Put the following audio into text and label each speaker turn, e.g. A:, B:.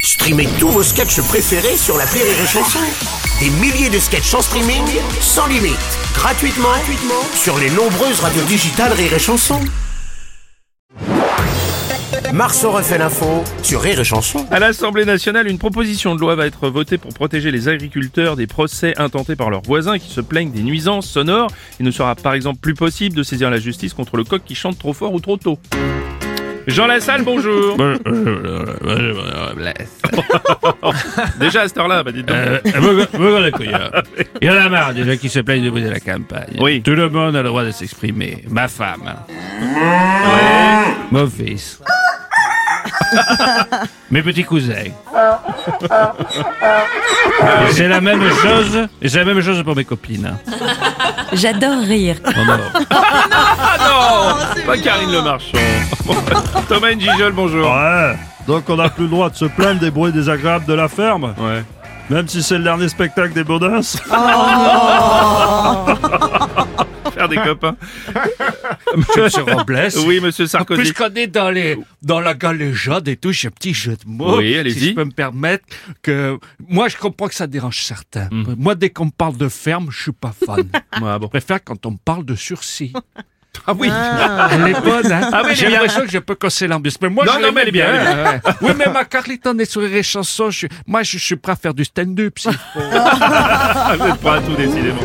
A: Streamez tous vos sketchs préférés sur la Rire et Chanson. Des milliers de sketchs en streaming, sans limite, gratuitement, gratuitement sur les nombreuses radios digitales Rire et Chanson. Marceau refait l'info sur Rire et Chanson.
B: À l'Assemblée nationale, une proposition de loi va être votée pour protéger les agriculteurs des procès intentés par leurs voisins qui se plaignent des nuisances sonores. Il ne sera par exemple plus possible de saisir la justice contre le coq qui chante trop fort ou trop tôt. Jean Lassalle, bonjour Déjà à cette heure-là, bah dites donc.
C: Euh, me- me voilà couillard. Il y en a marre déjà qui se plaignent de bruit de la campagne.
B: Oui.
C: Tout le monde a le droit de s'exprimer. Ma femme. Mon fils. Mes petits cousins. Et c'est la même chose. Et c'est la même chose pour mes copines.
D: J'adore rire.
C: Oh non.
B: Ah non Pas Karine Le Marchand Thomas Njijol, bonjour
E: Ouais, donc on n'a plus le droit de se plaindre des bruits désagréables de la ferme,
B: Ouais.
E: même si c'est le dernier spectacle des Baudins.
B: Faire des copains.
C: Monsieur Robles.
B: Oui, monsieur Sarkozy.
C: Puisqu'on est dans, les, dans la galéjade et tout, j'ai un petit jeu de mots.
B: Oui, allez-y.
C: Si je peux me permettre que, moi, je comprends que ça dérange certains.
B: Hmm.
C: Moi, dès qu'on me parle de ferme, je suis pas fan.
B: Ah bon.
C: Je préfère quand on me parle de sursis.
B: Ah oui
C: Elle est bonne, hein
B: Ah oui, elle est
C: J'ai
B: bien.
C: l'impression que je peux casser l'ambiance. Mais moi,
B: Non,
C: je
B: non,
C: l'aime
B: mais elle est bien, elle
C: Ouais, ouais. Oui, mais ma Carlita, on est sur les chansons. je suis- moi, je suis prêt à faire du stand-up. si.
B: Ah, Vous êtes prêts à tout, décidément.